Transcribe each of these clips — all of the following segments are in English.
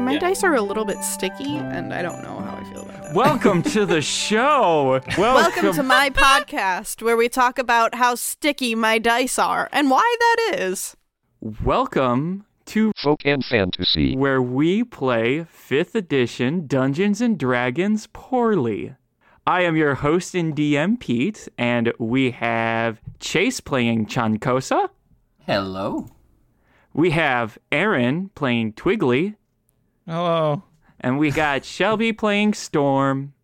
my Yeah. dice are a little bit sticky, and I don't know how I feel about that. Welcome to the show. Welcome, Welcome to my podcast where we talk about how sticky my dice are and why that is. Welcome to Folk and Fantasy. where we play 5th edition Dungeons and Dragons poorly. I am your host and DM Pete, and we have Chase playing Chancosa. Hello. We have Aaron playing Twiggly, Hello. and we got Shelby playing Storm.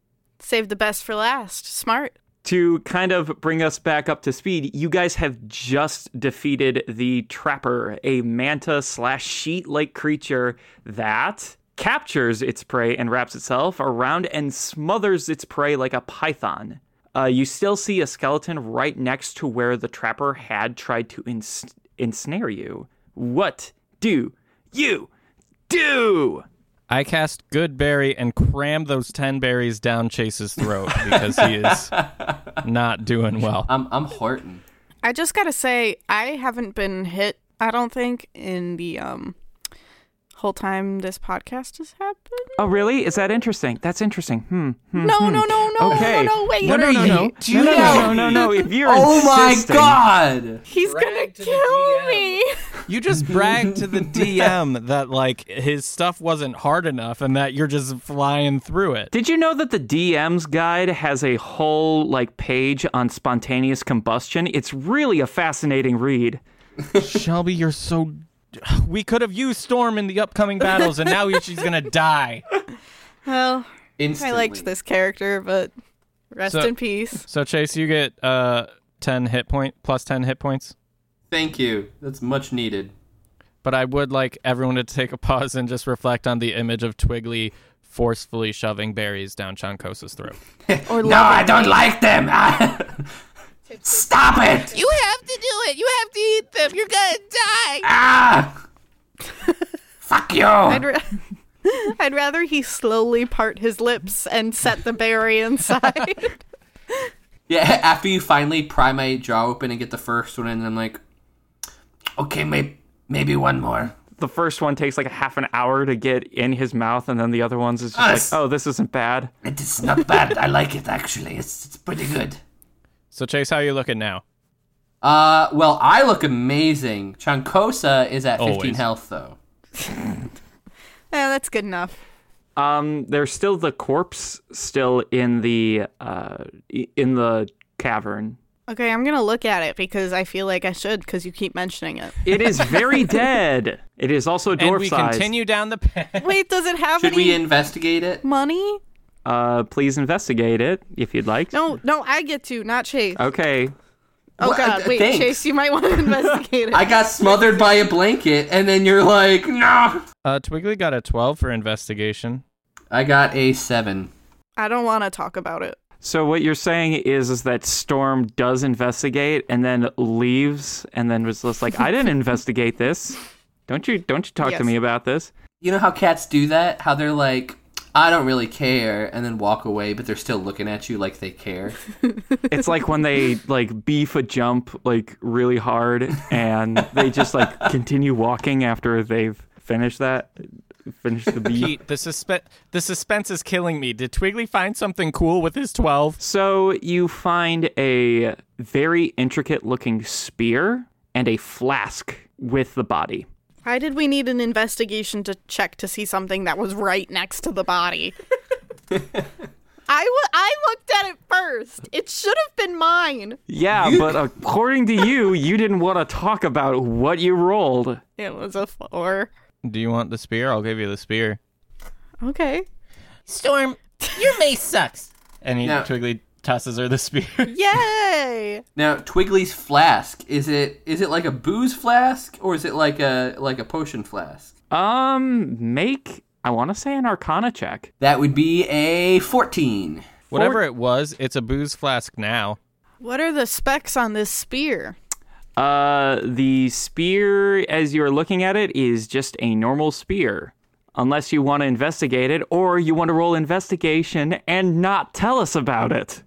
Save the best for last. Smart. To kind of bring us back up to speed, you guys have just defeated the Trapper, a manta slash sheet like creature that captures its prey and wraps itself around and smothers its prey like a python. Uh, you still see a skeleton right next to where the Trapper had tried to ins- ensnare you. What do you do? I cast Good Berry and cram those 10 berries down Chase's throat because he is not doing well. I'm I'm Horton. I just gotta say, I haven't been hit, I don't think, in the um whole time this podcast has happened. Oh, really? Is that interesting? That's interesting. Hmm. hmm, No, hmm. no, no, Oh, no, Okay. no, no, wait. No, no, no, no, no, no. No, no, no, no, no, no. If you're Oh my insisting- god! He's gonna kill me. You just bragged to the DM that like his stuff wasn't hard enough and that you're just flying through it. Did you know that the DM's guide has a whole like page on spontaneous combustion? It's really a fascinating read. Shelby, you're so we could have used Storm in the upcoming battles and now she's going to die. Well, I Instantly. liked this character, but rest So- in peace. So Chase, you get uh 10 hit point plus 10 hit points. Thank you. That's much needed. but I would like everyone to take a pause and just reflect on the image of Twiggly forcefully shoving berries down Chancosa's throat. Or No, I don't like them. Stop it! You have to do it. You have to eat them. You're gonna die. Ah! Fuck you! I'd, ra- I'd rather he slowly part his lips and set the berry inside. Yeah, after you finally pry my jaw open and get the first one, and I'm like, okay, may- maybe one more. The first one takes like a half an hour to get in his mouth, and then the other ones is just Us. like, oh, this isn't bad. It is not bad. I like it actually. It's, it's pretty good. So Chase, how are you looking now? Uh, well, I look amazing. Chancosa is at 15 Always. health though. Yeah, that's good enough. Um, there's still the corpse still in the uh i- in the cavern. Okay, I'm gonna look at it because I feel like I should because you keep mentioning it. It is very dead. It is also dwarf and we sized. continue down the path. Wait, does it have Should any we investigate it? money? Uh, please investigate it if you'd like. No, no, I get to, not Chase. Okay. oh Uh, Well, God, uh, wait, thanks. Chase, you might want to investigate it. I got smothered by a blanket, and then you're like, no. Uh, Twiggly got a 12 for investigation. I got a seven. I don't want to talk about it. So what you're saying is is that Storm does investigate and then leaves and then was just like, I didn't investigate this. Don't you don't you talk Yes. to me about this? You know how cats do that? How they're like, I don't really care, and then walk away, but they're still looking at you like they care. It's like when they like beef a jump like really hard and they just like continue walking after they've finished that finished the beef. Pete, the suspe- the suspense is killing me. Did Twiggly find something cool with his 12? So you find a very intricate looking spear and a flask with the body. Why did we need an investigation to check to see something that was right next to the body? I wa- I looked at it first. It should have been mine. Yeah, but according to you, you didn't want to talk about what you rolled. It was a four. Do you want the spear? I'll give you the spear. Okay. Storm, your mace sucks. And he, No. Twiggly tosses her the spear. Yay! Now, Twiggly's flask is it is it like a booze flask or is it like a like a potion flask? Um, make I want to say an Arcana check. That would be a fourteen. Whatever it was, it's a booze flask now. What are the specs on this spear? Uh, the spear as you're looking at it is just a normal spear, unless you want to investigate it or you want to roll investigation and not tell us about it.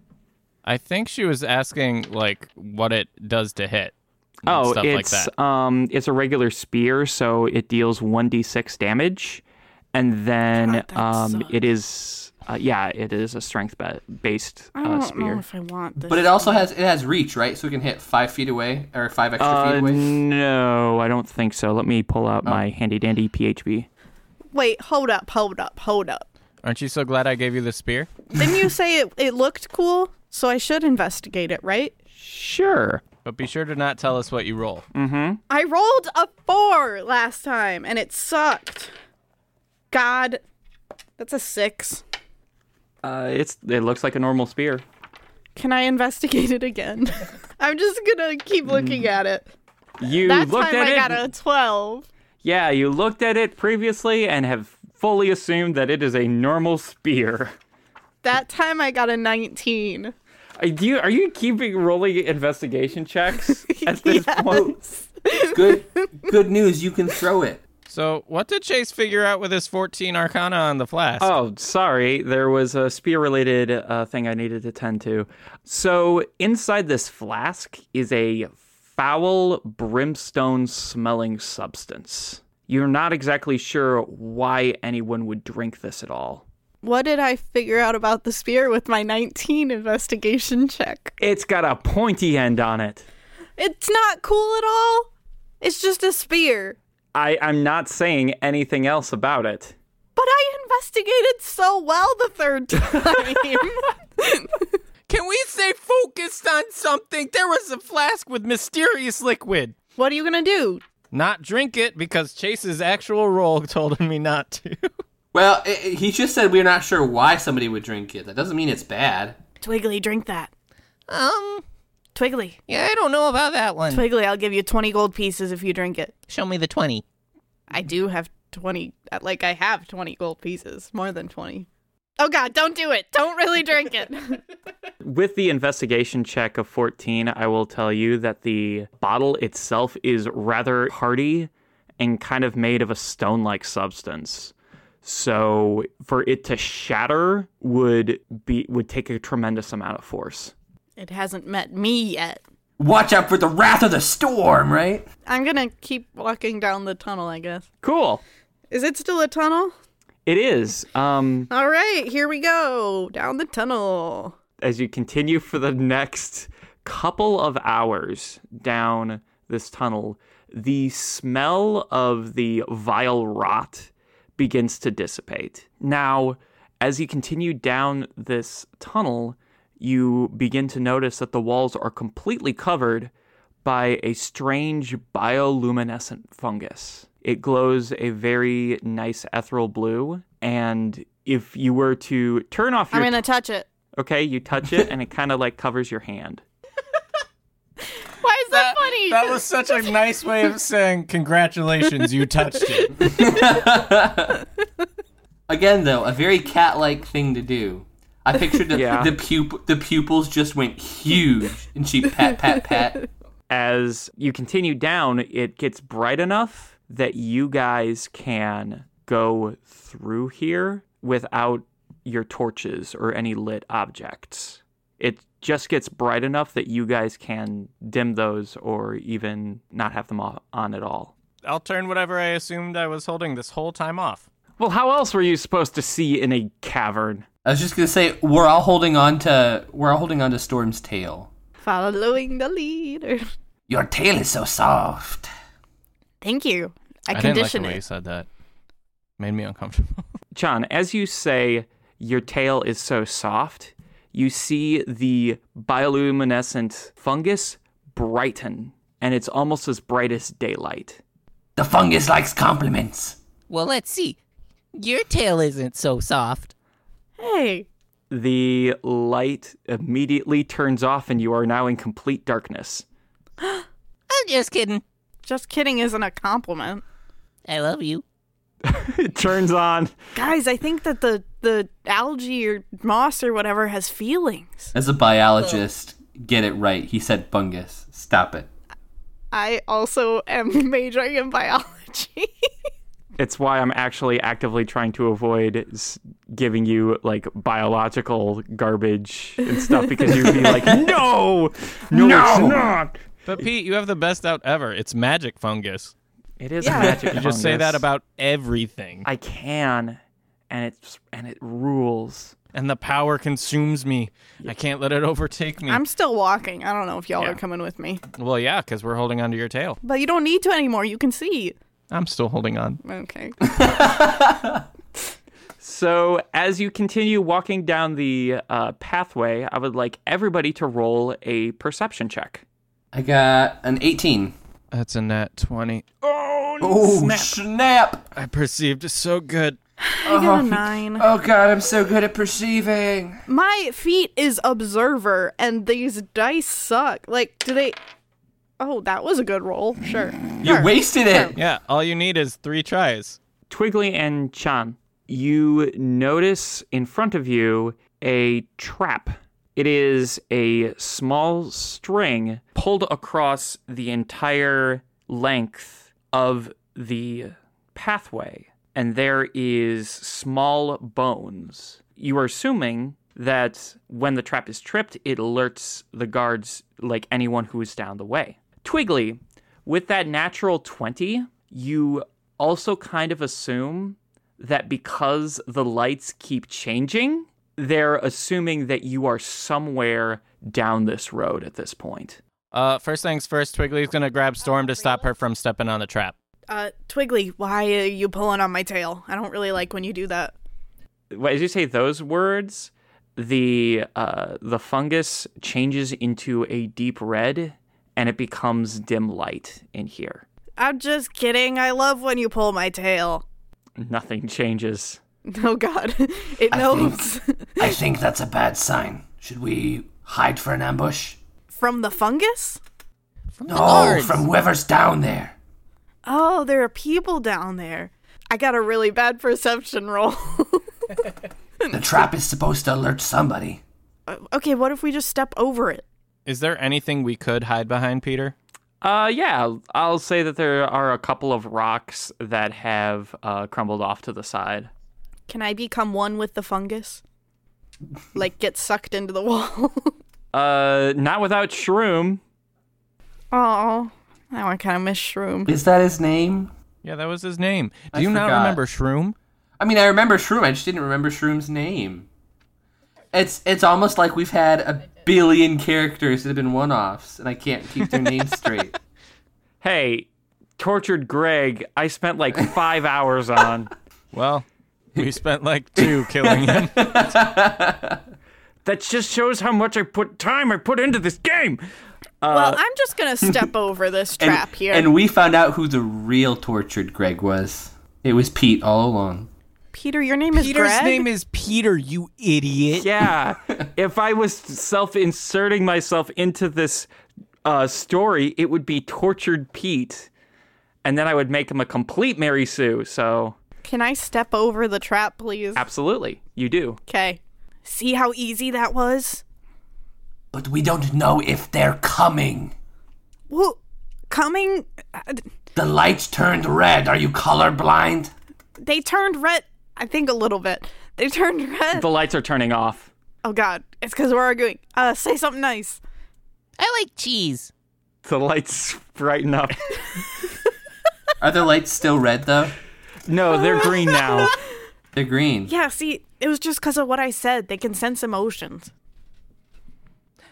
I think she was asking like what it does to hit. and Oh, stuff like it's that. um, it's a regular spear, so it deals one d6 damage, and then God, that um, sucks. it is uh, yeah, it is a strength ba- based I don't uh, know spear. if I want this. But it also has it has reach, right? So we can hit five feet away or five extra feet Uh, away. no, I don't think so. Let me pull Oh. out my handy dandy PHB. Wait, hold up, hold up, hold up. Aren't you so glad I gave you the spear? Didn't you say it, it looked cool? So I should investigate it, right? Sure. But be sure to not tell us what you roll. I rolled a four last time and it sucked. God, that's a six. Uh, it's it looks like a normal spear. Can I investigate it again? I'm just gonna keep looking at it. Mm. You That looked time at I it. got a 12. Yeah, you looked at it previously and have fully assumed that it is a normal spear. That time I got a 19. Are Uh, you, are you keeping rolling investigation checks at this point? Good good news, you can throw it. So, what did Chase figure out with his 14 arcana on the flask? Oh, sorry. There was a spear related uh, thing I needed to tend to. So, inside this flask is a foul brimstone smelling substance. You're not exactly sure why anyone would drink this at all. What did I figure out about the spear with my 19 investigation check? It's got a pointy end on it. It's not cool at all. It's just a spear. I, I'm not saying anything else about it. But I investigated so well the third time. Can we stay focused on something? There was a flask with mysterious liquid. what are you gonna do? Not drink it because Chase's actual roll told me not to. Well, i i- he just said we're not sure why somebody would drink it. That doesn't mean it's bad. Twiggly, drink that. Um, Twiggly, yeah, I don't know about that one. Twiggly, I'll give you 20 gold pieces if you drink it. Show me the 20. I do have 20, like, I have 20 gold pieces, more than 20. Oh god, don't do it. Don't really drink it. With the investigation check of 14, I will tell you that the bottle itself is rather hardy and kind of made of a stone like substance. So for it to shatter would be would take a tremendous amount of force. it hasn't met me yet. Watch out for the wrath of the storm, right? I'm gonna keep walking down the tunnel, I guess. Cool. Is it still a tunnel? It is. Um All right, here we go. Down the tunnel. as you continue for the next couple of hours down this tunnel, the smell of the vile rot begins to dissipate. Now, as you continue down this tunnel, you begin to notice that the walls are completely covered by a strange bioluminescent fungus. It glows a very nice ethereal blue, and if you were to turn off your I'm gonna touch it. Okay, you touch it and it kind of like covers your hand. Why is that, funny? That was such a nice way of saying, Congratulations, you touched it. Again, though, a very cat-like thing to do. I pictured the Yeah. the, pup- the pupils just went huge, and she pat pat pat. As you continue down, it gets bright enough that you guys can go through here without your torches or any lit objects. It just gets bright enough that you guys can dim those or even not have them o- on at all. I'll turn whatever I assumed I was holding this whole time off. Well, how else were you supposed to see in a cavern? I was just gonna say we're all holding on to we're all holding on to Storm's tail. Following the leader. Your tail is so soft. Thank you. I, didn't like the condition way you it. said that. Made me uncomfortable. John, as you say, your tail is so soft, you see the bioluminescent fungus brighten, and it's almost as bright as daylight. The fungus likes compliments. Well, let's see. Your tail isn't so soft. Hey, The light immediately turns off, and you are now in complete darkness. I'm just kidding. just kidding isn't a compliment. I love you. It turns on. Guys, I think that the the algae or moss or whatever has feelings. As a biologist, get it right. He said fungus. Stop it. I also am majoring in biology. It's why I'm actually actively trying to avoid s- giving you like biological garbage and stuff because you'd be like, no, no, it's not. but Pete, you have the best out ever. It's magic fungus. It is Yeah. a magic. You just say fungus. that about everything, I can, and it's and it rules. and the power consumes me. I can't let it overtake me. I'm still walking. I don't know if y'all Yeah. are coming with me. Well, yeah, because we're holding onto your tail. But you don't need to anymore. You can see. I'm still holding on. Okay. So as you continue walking down the uh, pathway, I would like everybody to roll a perception check. I got an 18. That's a net 20. Oh, snap. snap. I perceived so good. I got a nine. Oh, God, I'm so good at perceiving. My feat is observer, and these dice suck. Like, do they? Oh, that was a good roll. Sure. You wasted it. Yeah, all you need is three tries. Twiggly and Chan, you notice in front of you a trap. It is a small string pulled across the entire length of the pathway, and there is small bones. You are assuming that when the trap is tripped, it alerts the guards like anyone who is down the way. Twiggly, with that natural 20, you also kind of assume that because the lights keep changing, they're assuming that you are somewhere down this road at this point. Uh, first things first, Twiggly's gonna grab Storm to stop her from stepping on the trap. Uh, Twiggly, why are you pulling on my tail? I don't really like when you do that. Wh- As you say those words, the uh, the fungus changes into a deep red, and it becomes dim light in here. I'm just kidding. I love when you pull my tail. Nothing changes. Oh God, it knows I think that's a bad sign. Should we hide for an ambush? from the fungus. From No, from whoever's down there. Oh, there are people down there. I got a really bad perception roll. The trap is supposed to alert somebody. Uh, okay, what if we just step over it? Is there anything we could hide behind, Peter? Uh, yeah, I'll say that there are a couple of rocks that have uh, crumbled off to the side. Can I become one with the fungus? Like get sucked into the wall. Uh, not without Shroom. oh, now I kind of miss Shroom. Is that his name? Yeah, that was his name. Do I you not forgot. remember Shroom? I mean, I remember Shroom. I just didn't remember Shroom's name. It's it's almost like we've had a billion characters that have been one-offs, and I can't keep their names straight. Hey, tortured Greg, I spent like five hours on. Well, we spent like two killing him. That just shows how much I put time I put into this game. well, I'm just gonna step over this And- trap here. And we found out who the real tortured Greg was. It was Pete all along. Peter, your name is Greg. is Peter, you idiot. Yeah, if I was self inserting myself into this uh, story, it would be tortured Pete. And then I would make him a complete Mary Sue. So, Can I step over the trap, please? absolutely, you do. Okay. See how easy that was? But we don't know if they're coming. Well, coming. uh, The lights turned red. Are you colorblind? They turned red. I think a little bit. They turned red. The lights are turning off. oh, God. It's because we're arguing. Uh, say something nice. I like cheese. The lights brighten up. Are the lights still red though? No, they're green now. They're green. Yeah, see, it was just because of what I said. They can sense emotions.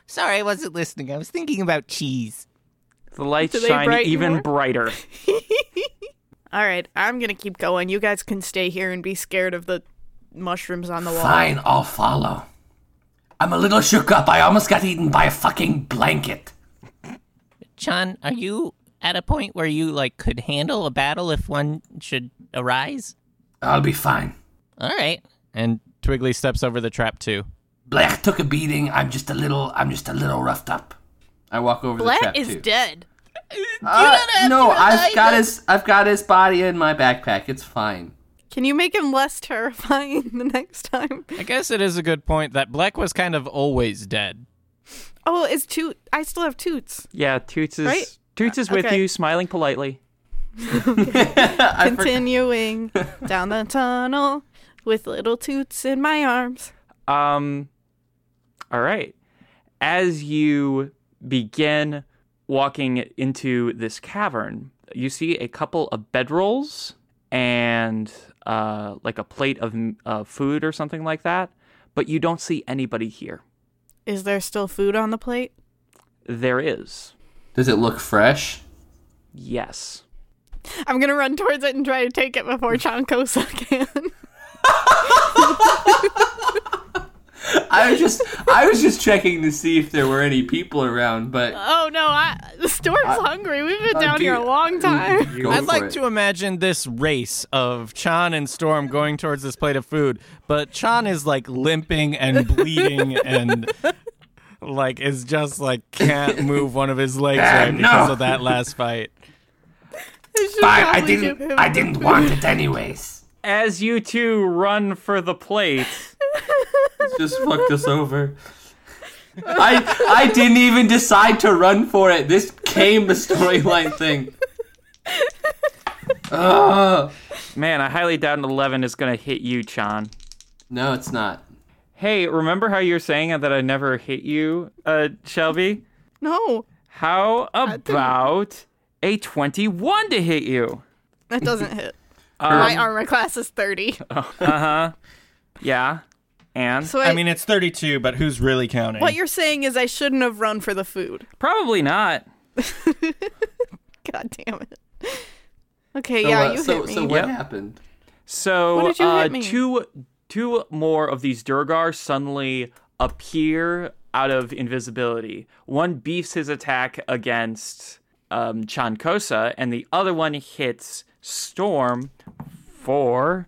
Sorry, I wasn't listening. I was thinking about cheese. The lights Do they shine brighten even more? brighter. All right, I'm going to keep going. You guys can stay here and be scared of the mushrooms on the wall. Fine, I'll follow. I'm a little shook up. I almost got eaten by a fucking blanket. Chan, are you at a point where you like could handle a battle if one should arise? I'll be fine. All right. And Twiggly steps over the trap too. Black took a beating. I'm just a little. I'm just a little roughed up. I walk over the Blatt trap is too. dead. Uh, no, I've got his. I've got his body in my backpack. It's fine. Can you make him less terrifying the next time? I guess it is a good point that Black was kind of always dead. Oh, it's Toot. I still have Toots. Yeah, Toots is Right? Toots is with Okay. you, smiling politely. Continuing down the tunnel with little Toots in my arms. Um, all right. As you begin walking into this cavern, you see a couple of bedrolls and uh, like a plate of uh, food or something like that, but you don't see anybody here. Is there still food on the plate? There is. Does it look fresh? Yes. I'm gonna run towards it and try to take it before Chankosa can. I was just I was just checking to see if there were any people around, but oh no, I, the storm's hungry. We've uh, been down here a long mm, time. Go I'd for like it. to imagine this race of Chan and Storm going towards this plate of food, but Chan is like limping and bleeding and like is just like can't move one of his legs Ah, right because no. of that last fight. I should I, I probably give didn't him- I didn't want it anyways. As you two run for the plate, Just fucked us over. I I didn't even decide to run for it. This came the storyline thing. Oh man, I highly doubt an 11 is going to hit you, Chan. no, it's not. Hey, remember how you're saying that I never hit you, uh, Shelby? No, How about a 21 to hit you? that doesn't hit. Um, My armor class is 30. Yeah. And So I, I mean, it's 32, but who's really counting? what you're saying is I shouldn't have run for the food. probably not. God damn it. Okay, So, yeah, uh, you so, hit me. so what Yep. happened? So What did you uh, hit me? two two more of these Durgar suddenly appear out of invisibility. One beefs his attack against um, Chankosa, and the other one hits Storm for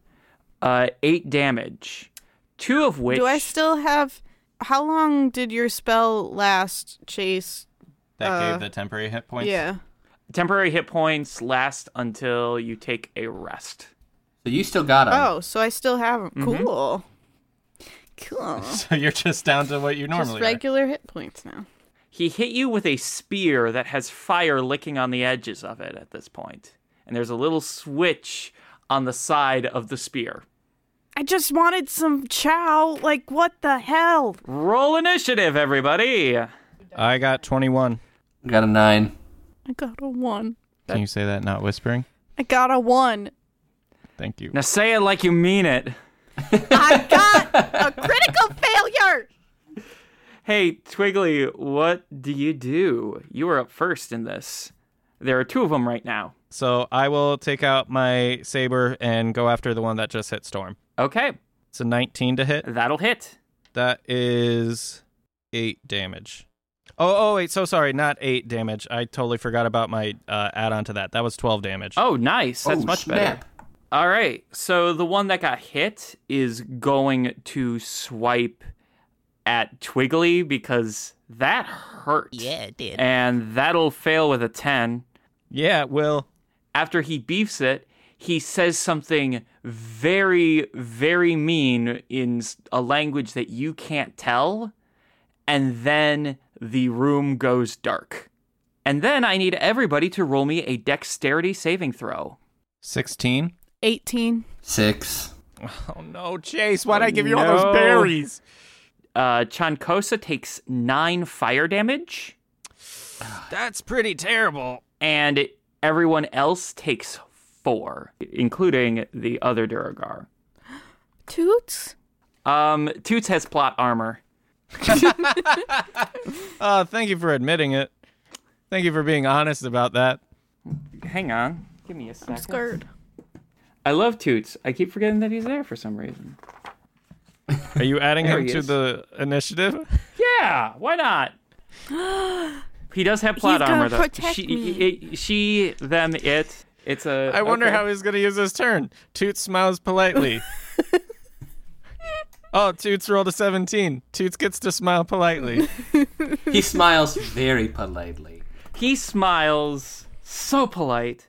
uh, eight damage. Two of which Do I still have? How long did your spell last, Chase? that uh, gave the temporary hit points. Um, Yeah. temporary hit points last until you take a rest. So you still got him. Oh, so I still have 'em. mm-hmm. Cool. Cool. So you're just down to what you Just normally are. regular hit points now. He hit you with a spear that has fire licking on the edges of it at this point. And there's a little switch on the side of the spear. I just wanted some chow. Like, what the hell? Roll initiative, everybody! I got 21. Got a nine. I got a one. Can you say that not whispering? I got a one. Thank you. Now say it like you mean it. I got a critical failure. Hey, Twiggly, what do you do? You are up first in this. There are two of them right now. So I will take out my saber and go after the one that just hit Storm. Okay, It's a 19 to hit. that'll hit. That is eight damage. Oh, oh, wait. So sorry, not eight damage. I totally forgot about my uh, add-on to that. That was twelve damage. Oh, nice. That's Oh, much better. snap. All right. So the one that got hit is going to swipe at Twiggly because that hurt. Yeah, it did. And that'll fail with a 10. yeah. Will After he beefs it, he says something very, very mean in s- a language that you can't tell. And then the room goes dark. And then I need everybody to roll me a dexterity saving throw. sixteen. 18. Six. Oh no, Chase! Why'd I give you no. all those berries? Uh, Chankosa takes nine fire damage, That's pretty terrible. and everyone else takes four, including the other Duragar. Toots? Um, Toots has plot armor. Uh, thank you for admitting it. Thank you for being honest about that. Hang on. Give me a second. Scared. I love Toots. I keep forgetting that he's there for some reason. Are you adding There him he to is. the initiative? Yeah, why not? he does have plot He's gonna armor, though. protect she, me. it- she, them, it. It's a. I wonder okay. how he's going to use his turn. Toots smiles politely. oh, Toots rolled a 17. Toots gets to smile politely. He smiles very politely. he smiles. So polite.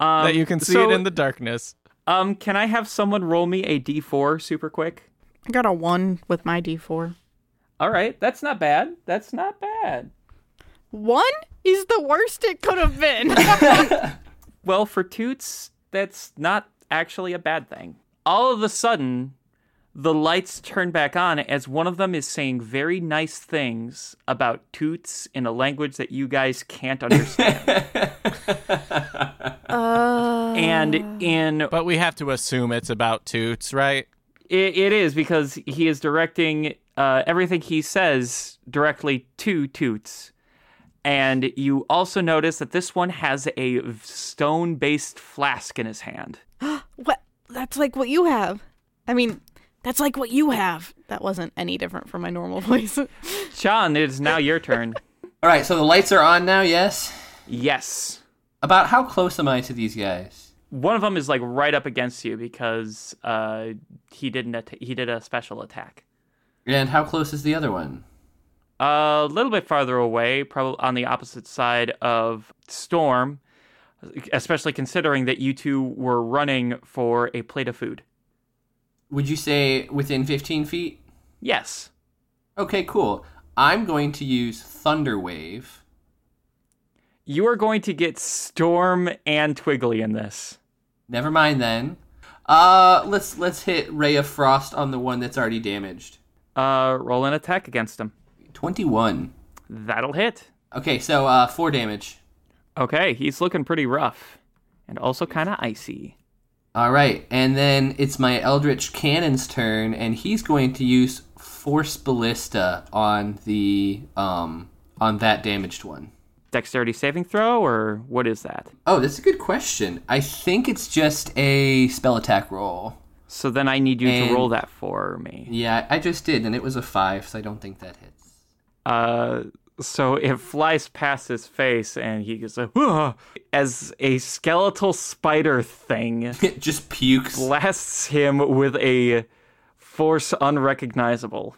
Um, that you can see so- it in the darkness. Um, can I have someone roll me a d4 super quick? I got a one with my d4. All right, that's not bad. That's not bad. One is the worst it could have been. Well, for Toots, that's not actually a bad thing. All of a sudden, the lights turn back on as one of them is saying very nice things about Toots in a language that you guys can't understand. and in But we have to assume it's about Toots, right? It, it is because he is directing uh, everything he says directly to Toots. And you also notice that this one has a stone based flask in his hand. What? That's like what you have. I mean, that's like what you have. That wasn't any different from my normal voice. Sean, it is now your turn. All right, so the lights are on now. Yes. yes. About how close am I to these guys? One of them is like right up against you because uh, he didn't atta he did a special attack. And how close is the other one? A little bit farther away, probably on the opposite side of Storm, especially considering that you two were running for a plate of food. Would you say within 15 feet? Yes. Okay, cool. I'm going to use Thunder Wave. You are going to get Storm and Twiggly in this. Never mind then. Uh, let's let's hit Ray of Frost on the one that's already damaged. Uh, roll an attack against him. 21. That'll hit. Okay, so uh, four damage. Okay, he's looking pretty rough and also kind of icy. All right, and then it's my Eldritch Cannon's turn, and he's going to use Force Ballista on the um on that damaged one. Dexterity saving throw, or what is that? Oh, that's a good question. I think it's just a spell attack roll. So then I need you And- to roll that for me. Yeah, I just did, and it was a five, so I don't think that hits. Uh, so it flies past his face, and he goes, "Whoa," as a skeletal spider thing It just pukes. blasts him with a force unrecognizable.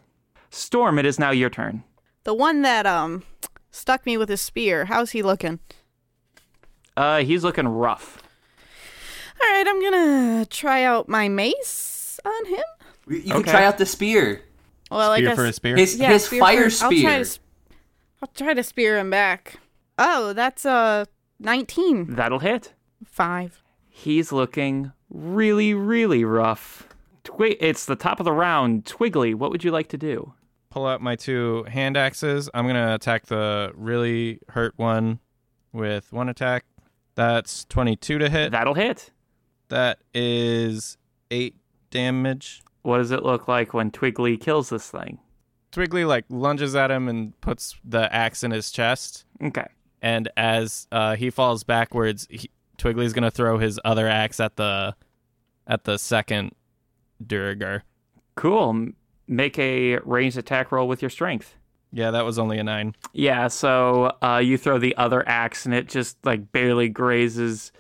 Storm, it is now your turn. the one that um stuck me with his spear. How's he looking? Uh, he's looking rough. All right, I'm gonna try out my mace on him. You can Okay. try out the spear. Well, I Spear guess for a spear. His, yeah, his spear fire first. I'll spear. try, to, s- I'll try to spear him back. Oh, that's uh 19. That'll hit. Five. He's looking really, really rough. Twi- it's the top of the round. Twiggly, what would you like to do? Pull out my two hand axes. I'm going to attack the really hurt one with one attack. That's 22 to hit. That'll hit. That is 8 damage. What does it look like when Twiggly kills this thing? Twiggly like lunges at him and puts the axe in his chest. Okay. And as uh, he falls backwards, he, Twiggly's gonna throw his other axe at the at the second Duriger. Cool. M- Make a ranged attack roll with your strength. Yeah, that was only a nine. Yeah, so uh, you throw the other axe and it just like barely grazes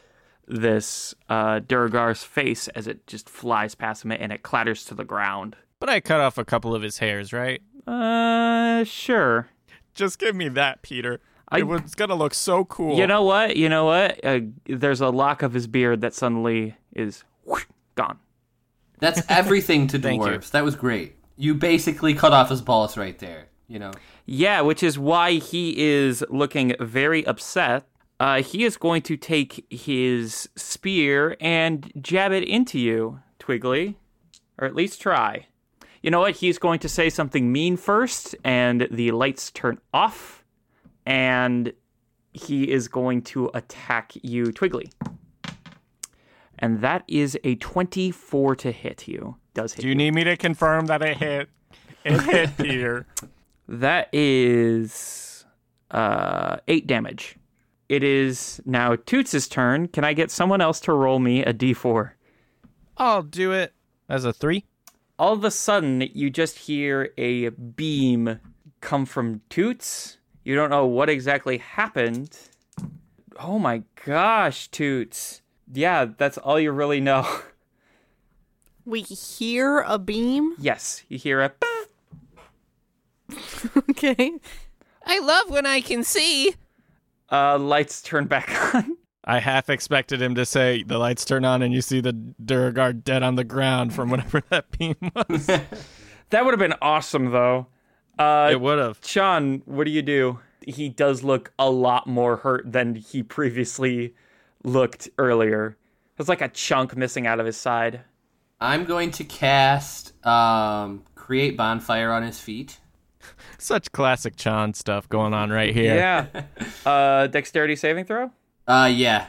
this uh, Durgar's face as it just flies past him and it clatters to the ground. But I cut off a couple of his hairs, right? Uh, sure. Just give me that, Peter. I- it was gonna look so cool. You know what? You know what? Uh, there's a lock of his beard that suddenly is whoosh, gone. That's everything to Thank you. dwarves. That was great. You basically cut off his balls right there. You know. Yeah, which is why he is looking very upset. Uh, he is going to take his spear and jab it into you, Twiggly, or at least try. You know what? He's going to say something mean first, and the lights turn off, and he is going to attack you, Twiggly. And that is a 24 to hit you. Does hit Do you need me to confirm that it hit? It hit Peter. That is uh, eight damage. It is now Toots' turn. Can I get someone else to roll me a d4? I'll do it. As a three. All of a sudden, you just hear a beam come from Toots. You don't know what exactly happened. Oh my gosh, Toots. Yeah, that's all you really know. We hear a beam. yes, you hear a. okay. I love when I can see. Uh, lights turn back on. I half expected him to say the lights turn on and you see the Duragard dead on the ground from whatever that beam was. That would have been awesome, though. Uh, it would have. Sean, what do you do? He does look a lot more hurt than he previously looked earlier. There's like a chunk missing out of his side. I'm going to cast um, create bonfire on his feet. Such classic Chan stuff going on right here. Yeah. uh, dexterity saving throw? Uh, yeah.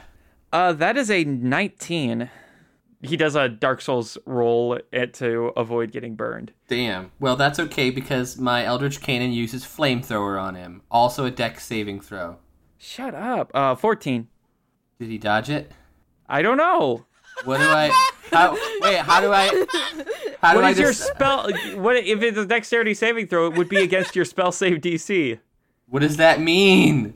Uh, that is a 19. He does a Dark Souls roll it to avoid getting burned. Damn. Well, that's okay because my Eldritch Cannon uses flamethrower on him. Also a deck saving throw. Shut up. Uh, 14. Did he dodge it? I don't know. What do I? How, wait, how do I? How do What I is your dis- spell? What if it's a dexterity saving throw? It would be against your spell save DC. What does that mean?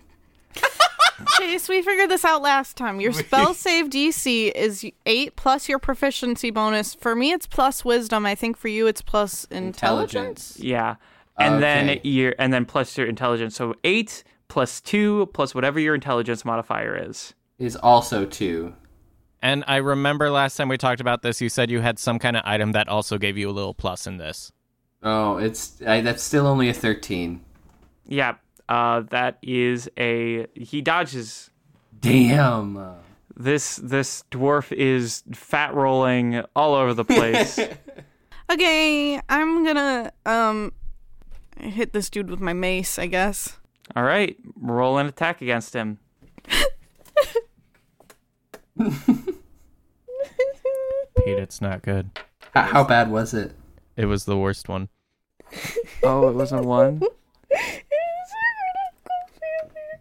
Chase, we figured this out last time. Your spell save DC is eight plus your proficiency bonus. For me, it's plus wisdom. I think for you, it's plus intelligence. Yeah, and then Okay. your and then plus your intelligence. So eight plus two plus whatever your intelligence modifier is. is also two. And I remember last time we talked about this, you said you had some kind of item that also gave you a little plus in this. Oh, it's I, that's still only a thirteen. Yeah, uh, that is a he dodges Damn. this this dwarf is fat rolling all over the place. Okay, I'm gonna um hit this dude with my mace. I guess. all right, roll an attack against him. Pete, it's not good. How, how bad was it? It was the worst one. Oh, it wasn't one.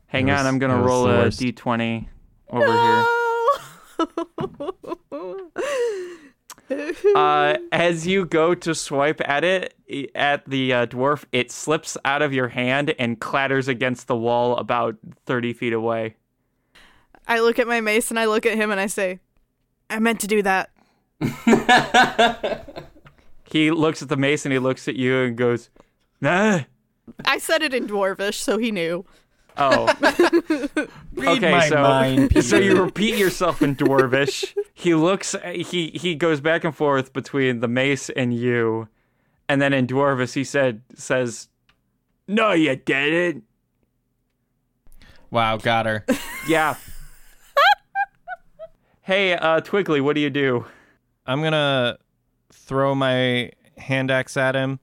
Hang It was- on, I'm it gonna was roll the a worst. d20 over here. Uh, as you go to swipe at it, i- at the uh, dwarf, it slips out of your hand and clatters against the wall about 30 feet away. I look at my mace and I look at him and I say, "I meant to do that." He looks at the mace and he looks at you and goes, nah. I said it in dwarvish, so he knew. Oh. okay, my so mind, so Peter. you repeat yourself in dwarvish. he looks he he goes back and forth between the mace and you. And then in dwarvish he said says, "No, you didn't." Wow, got her. Yeah. hey, uh Twiggly, what do you do? I'm gonna throw my hand axe at him.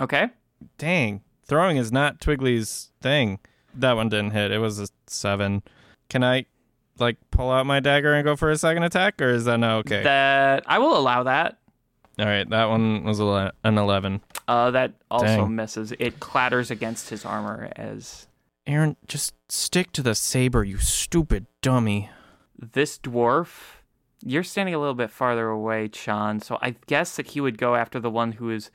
Okay. Dang, throwing is not Twiggly's thing. That one didn't hit. It was a seven. Can I, like, pull out my dagger and go for a second attack, or is that not okay? That I will allow that. All right, that one was ele- an eleven. Uh that also Dang. misses. It clatters against his armor as Aaron, just stick to the saber, you stupid dummy. this dwarf you're standing a little bit farther away chan so i guess that he would go after the one who is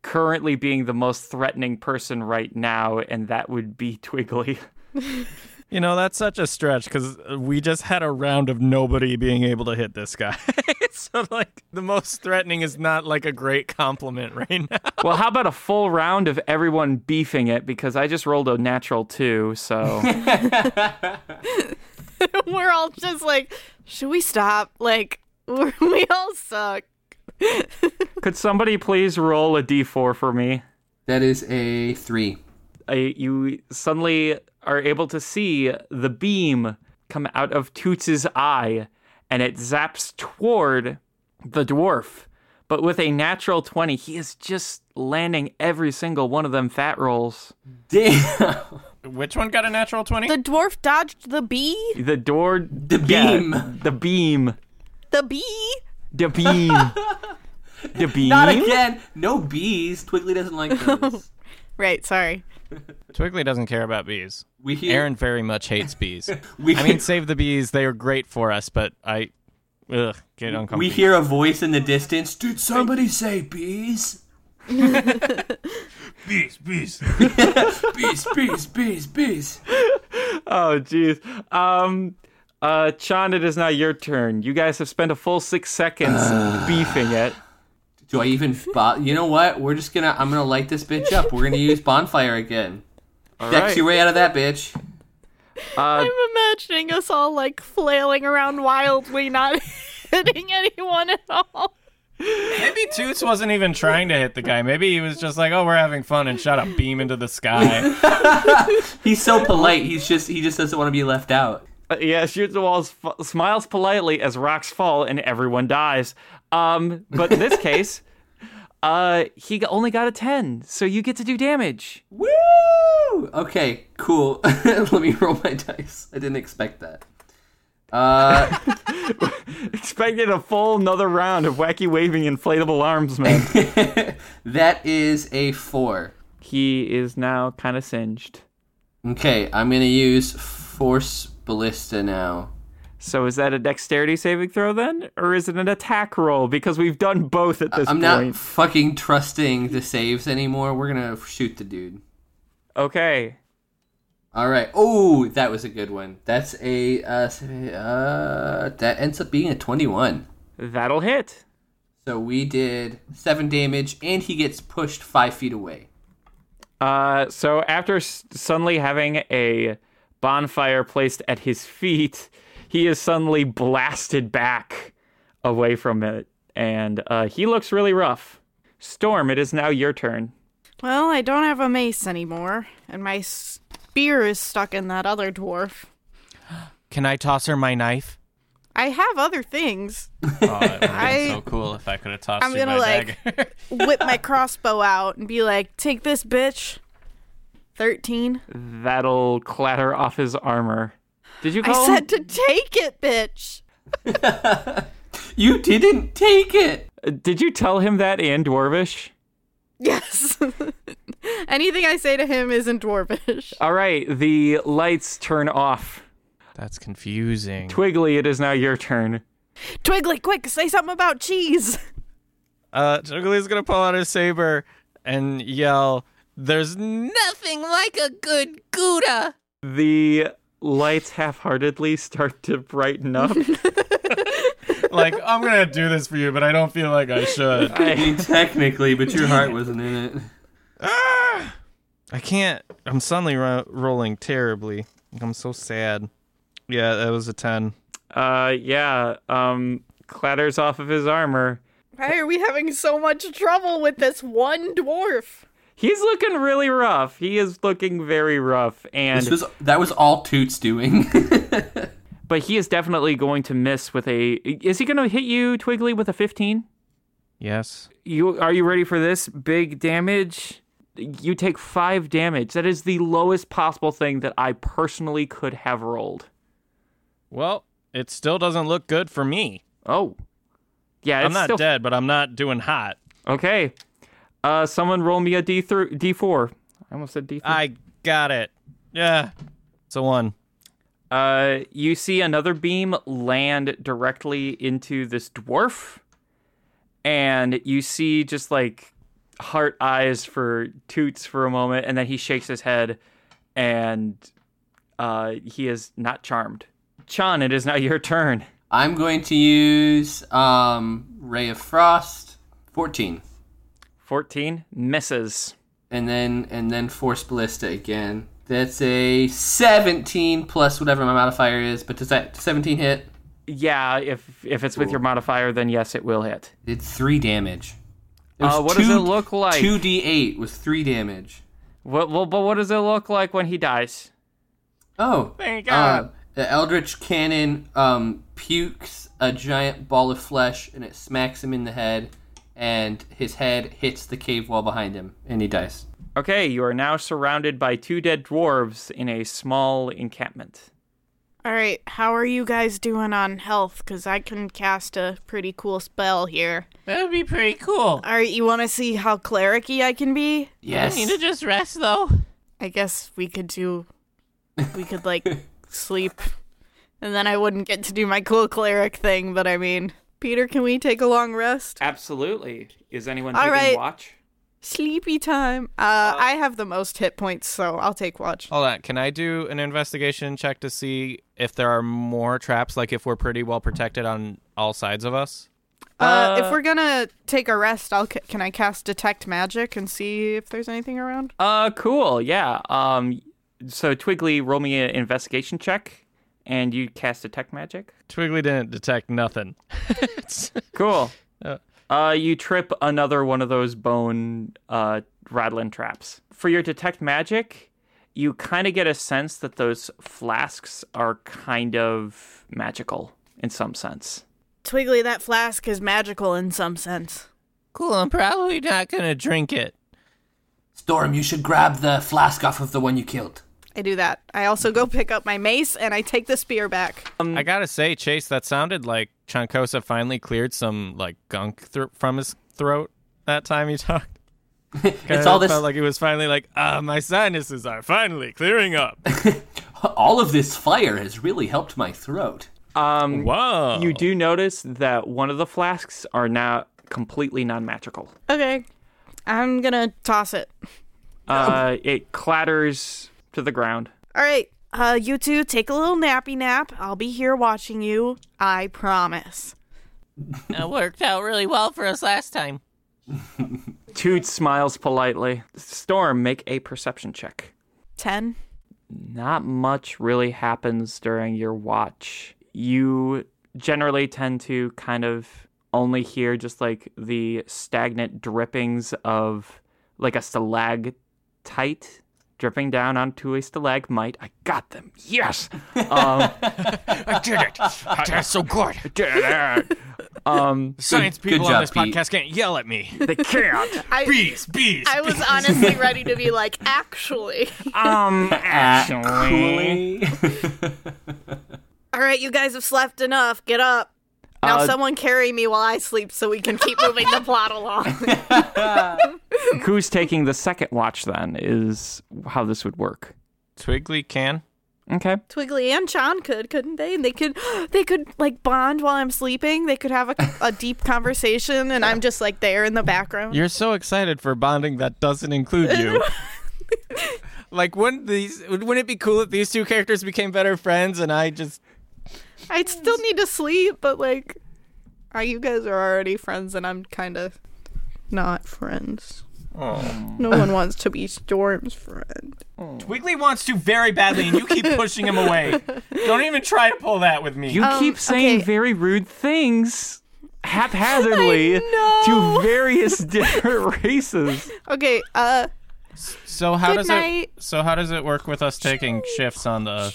currently being the most threatening person right now and that would be twiggly You know, that's such a stretch because we just had a round of nobody being able to hit this guy. so, like, the most threatening is not like a great compliment right now. well how about a full round of everyone beefing it because i just rolled a natural two so we're all just like, should we stop? Like, we're, we all suck. could somebody please roll a d4 for me That is a three. I, you suddenly are able to see the beam come out of Toots's eye and it zaps toward the dwarf. But with a natural 20, he is just landing every single one of them fat rolls. Damn. Which one got a natural 20? The dwarf dodged the bee. The door. The beam. the beam. The bee. The beam. the beam. Not again. No bees. Twiggly doesn't like those. Right. Sorry. Twiggly doesn't care about bees. We hear. Aaron very much hates bees. we, I mean, save the bees. They are great for us, but I. Ugh, get uncomfortable. we hear a voice in the distance. Did somebody say bees? bees, bees. Bees, bees, bees, bees. Oh, jeez. Um, uh, Chan, it is now your turn. You guys have spent a full six seconds beefing it. Do I even? Bo- you know what? We're just gonna. I'm gonna light this bitch up. We're gonna use bonfire again. Dex right. your way out of that bitch. Uh, I'm imagining us all like flailing around wildly, not hitting anyone at all. Maybe Toots wasn't even trying to hit the guy. Maybe he was just like, oh, we're having fun and shot a beam into the sky. He's so polite. He's just. He just doesn't want to be left out. Uh, yeah, shoots the walls, f- smiles politely as rocks fall and everyone dies. Um, but in this case, uh, he g- only got a 10, so you get to do damage. Woo! Okay, cool. Let me roll my dice. I didn't expect that. Uh, Expected a full another round of wacky waving inflatable arms, man. that is a four. he is now kind of singed. Okay, I'm gonna use force ballista now. So is that a dexterity saving throw then, or is it an attack roll? Because we've done both at this I'm point. not fucking trusting the saves anymore. We're gonna shoot the dude. Okay, All right. Oh, that was a good one. That's a uh, seven, uh that ends up being a 21. that'll hit. So we did seven damage, and he gets pushed five feet away. Uh, so after s- suddenly having a bonfire placed at his feet, he is suddenly blasted back away from it, and uh, he looks really rough. Storm, it is now your turn. Well, I don't have a mace anymore, and my spear is stuck in that other dwarf. Can I toss her my knife? I have other things. Oh, it would have I- been so cool if I could have tossed I'm you gonna, my like- dagger. Whip my crossbow out and be like, take this, bitch. 13. That'll clatter off his armor. Did you I call? him? said to take it, bitch. You didn't take it. Uh, Did you tell him that in Dwarvish? Yes. Anything I say to him isn't dwarvish. All right, the lights turn off. That's confusing. Twiggly, it is now your turn. Twiggly, quick, say something about cheese. Uh, Juggly's gonna pull out his saber and yell, "There's nothing like a good Gouda." The lights half-heartedly start to brighten up. like I'm gonna do this for you, but I don't feel like I should. I mean, technically, but your heart wasn't in it. I can't. I'm suddenly ro- rolling terribly. I'm so sad. Yeah, that was a ten. Uh, yeah. Um, clatters off of his armor. Why are we having so much trouble with this one dwarf? He's looking really rough. He is looking very rough, and This was that was all Toots doing. but he is definitely going to miss with a. Is he going to hit you, Twiggly, with a fifteen? Yes. You are you ready for this big damage? You take five damage. That is the lowest possible thing that I personally could have rolled. Well, it still doesn't look good for me. Oh, yeah. It's I'm not still... dead, but I'm not doing hot. Okay. Uh, someone roll me a D three, D four. I almost said D three. I got it. Yeah, it's a one. Uh, you see another beam land directly into this dwarf, and you see just like heart eyes for Toots for a moment, and then he shakes his head, and uh, he is not charmed. Chan, it is now your turn. I'm going to use um, Ray of Frost, 14, Fourteen misses. and then and then Force Ballista again. That's a 17 plus whatever my modifier is. But does that 17 hit? Yeah, if if it's with your modifier, then yes, it will hit. Did three damage. It Uh, was what does two- it look like? 2d8 was three damage. What, well, but what does it look like when he dies? Oh, Thank Uh, the Eldritch Cannon um, pukes a giant ball of flesh and it smacks him in the head, and his head hits the cave wall behind him, and he dies. Okay, you are now surrounded by two dead dwarves in a small encampment. All right, how are you guys doing on health? Because I can cast a pretty cool spell here. that would be pretty cool. All right, you want to see how clericy I can be? Yes. Need to just rest though. I guess we could do. We could, like, sleep. And then I wouldn't get to do my cool cleric thing, but I mean. Peter, can we take a long rest? Absolutely. Is anyone All taking right. watch? Sleepy time. Uh, I have the most hit points, so I'll take watch. Hold on. Can I do an investigation check to see if there are more traps? Like if we're pretty well protected on all sides of us? Uh, if we're gonna take a rest, I'll ca- can I cast detect magic and see if there's anything around? Uh, cool. Yeah. Um, so Twiggly, roll me an investigation check, and you cast detect magic. Twiggly didn't detect nothing. Cool. Uh, you trip another one of those bone uh rattling traps. For your detect magic, you kind of get a sense that those flasks are kind of magical in some sense. Twiggly, that flask is magical in some sense. Cool, I'm probably not gonna drink it. Storm, you should grab the flask off of the one you killed. I do that. I also go pick up my mace and I take the spear back. Um, I gotta say, Chase, that sounded like Chancosa finally cleared some like gunk thr from his throat that time he talked. it's all this, felt like it was finally like, ah, my sinuses are finally clearing up. all of this fire has really helped my throat. Um, Whoa! you do notice that one of the flasks are now completely non-magical. Okay. I'm gonna toss it. Uh, it clatters to the ground. All right. Uh, you two take a little nappy nap. I'll be here watching you. I promise. That worked out really well for us last time. Toot smiles politely. Storm, make a perception check. Ten. not much really happens during your watch. You generally tend to kind of only hear just like the stagnant drippings of like a stalactite dripping down onto a stalagmite. I got them. Yes. Um, I did it. That's so good. um, Science Good- people good on job, this Pete. podcast can't yell at me. they can't. I, Bees, bees. I was honestly ready to be like, actually. Um, actually. Actually, All right, you guys have slept enough. Get up. Now, Uh, someone carry me while I sleep so we can keep moving the plot along. Who's taking the second watch then is how this would work. Twiggly can. Okay. Twiggly and Chan could, couldn't they? And they could, they could like bond while I'm sleeping. They could have a, a deep conversation, and I'm just like there in the background. You're so excited for bonding that doesn't include you. like, wouldn't these? Wouldn't it be cool if these two characters became better friends and I just I still need to sleep, but like, are Uh, you guys are already friends, and I'm kind of not friends. No one wants to be Storm's friend. Wiggly wants to very badly, and you keep pushing him away. Don't even try to pull that with me. You keep saying okay. very rude things haphazardly to various different races. Okay, uh, So how Good does night. it? So how does it work with us taking shifts on the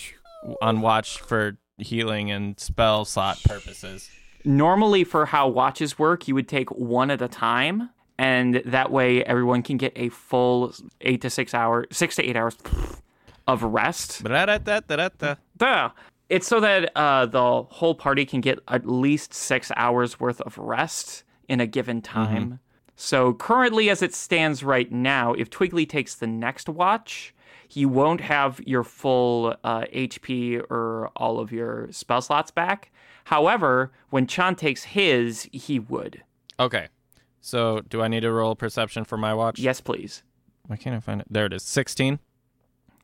on watch for healing and spell slot purposes? Normally, for how watches work, you would take one at a time, and that way everyone can get a full eight to six hour, six to eight hours of rest. Ba-da-da-da-da-da. Duh. It's so that uh, the whole party can get at least six hours worth of rest in a given time. So, currently, as it stands right now, if Twiggly takes the next watch, you won't have your full uh, HP or all of your spell slots back. However, when Chan takes his, he would. Okay. So do I need to roll perception for my watch? Yes, please. Why can't I find it? There it is. Sixteen.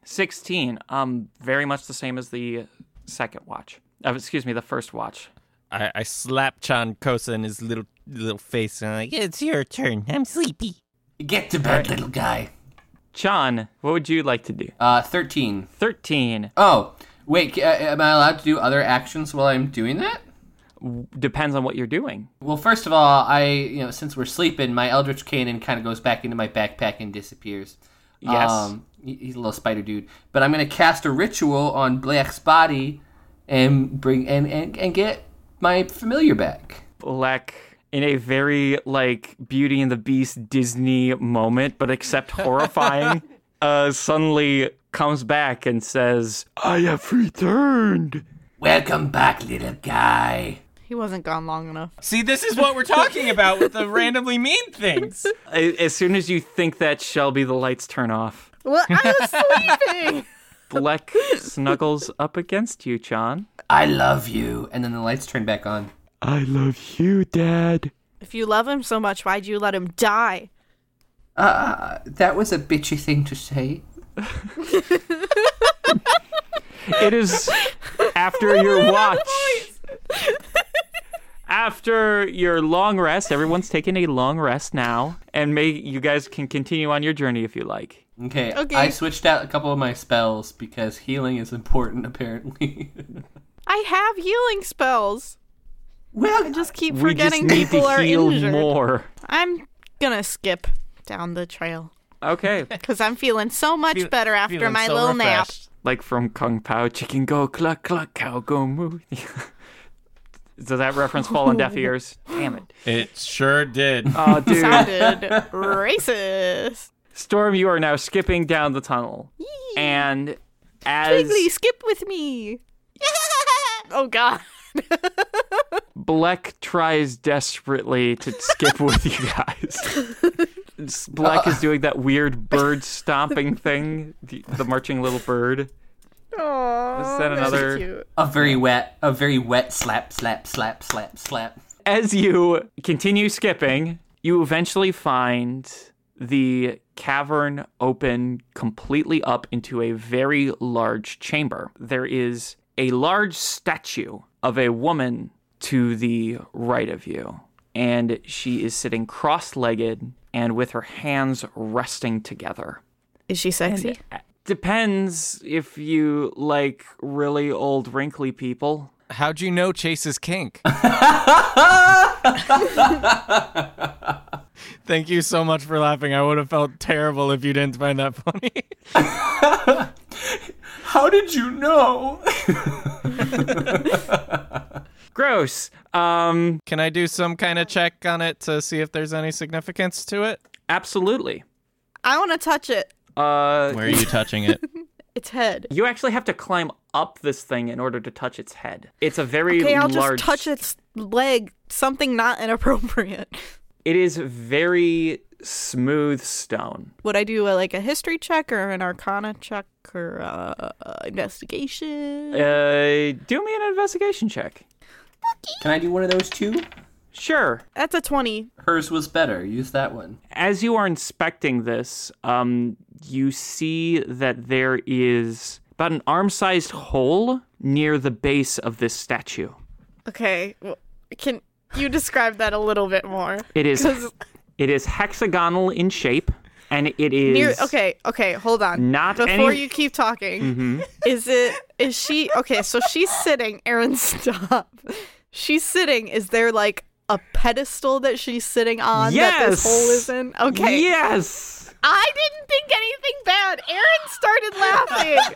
16. Um, very much the same as the second watch. Uh, excuse me, the first watch. I, I slap Chan Kosa in his little little face and I'm like, It's your turn. I'm sleepy. get to bed, little guy. Chan, what would you like to do? Uh, thirteen. 13. Oh, wait. ca- Am I allowed to do other actions while I'm doing that? depends on what you're doing. Well, first of all, I you know since we're sleeping, my Eldritch Cannon kind of goes back into my backpack and disappears. Um, Yes. he- he's a little spider dude. But I'm gonna cast a ritual on Black's body and bring and and, and get my familiar back. Like in a very like Beauty and the Beast Disney moment, but except horrifying, uh, suddenly comes back and says, "I have returned." Welcome back, little guy. he wasn't gone long enough. See, this is what we're talking about with the randomly mean things. A- As soon as you think that, Shelby, the lights turn off. Well, I was sleeping. Bleck snuggles up against you, Chan. I love you. And then the lights turn back on. I love you, Dad. if you love him so much, why'd you let him die? Uh, that was a bitchy thing to say. It is after your watch. After your long rest, everyone's taking a long rest now, and may you guys can continue on your journey if you like. Okay, Okay. I switched out a couple of my spells because healing is important, apparently. I have healing spells. well, Just keep We just forgetting need people to are heal injured. more. I'm gonna skip down the trail. Okay. because I'm feeling so much Feel- better after feeling my so little nap. refreshed. like from Kung Pao, chicken go cluck cluck, cow go moo. Does that reference fall on deaf ears? Damn it. It sure did. Oh, dude. Sounded racist. Storm, you are now skipping down the tunnel. And as Wiggly, skip with me. oh God. Bleck tries desperately to skip with you guys, Bleck is doing that weird bird stomping thing, the, the marching little bird. Aww, Is that another- A very wet, a very wet slap, slap, slap, slap, slap. as you continue skipping, you eventually find the cavern open completely up into a very large chamber. There is a large statue of a woman to the right of you, and she is sitting cross legged and with her hands resting together. Is she sexy? Depends if you like really old, wrinkly people. How'd you know Chase's kink? Thank you so much for laughing. I would have felt terrible if you didn't find that funny. How did you know? Gross. Um, Can I do some kind of check on it to see if there's any significance to it? absolutely. I want to touch it. Uh, Where are you touching it? Its head. You actually have to climb up this thing in order to touch its head. It's a very Okay, I'll large. just touch its leg. Something not inappropriate. It is very smooth stone. Would I do a, like a history check or an arcana check or uh, investigation? Uh, do me an investigation check. Can I do one of those two? Sure. That's a twenty. Hers was better. Use that one. As you are inspecting this, um, you see that there is about an arm-sized hole near the base of this statue. Okay, well, can you describe that a little bit more? It is. 'Cause- It is hexagonal in shape, and it is Near, okay, okay, hold on. Not any- Mm-hmm. before you keep talking. Is it? Is she? Okay, so she's sitting. Aaron, stop. She's sitting. Is there like a pedestal that she's sitting on that Yes! this hole is in? Okay. Yes. I didn't think anything bad. Aaron started laughing.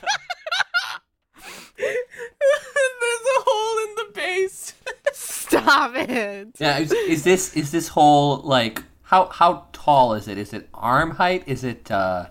there's a hole in the base. stop it. Yeah, is, is this is this whole like how how tall is it? Is it arm height? Is it uh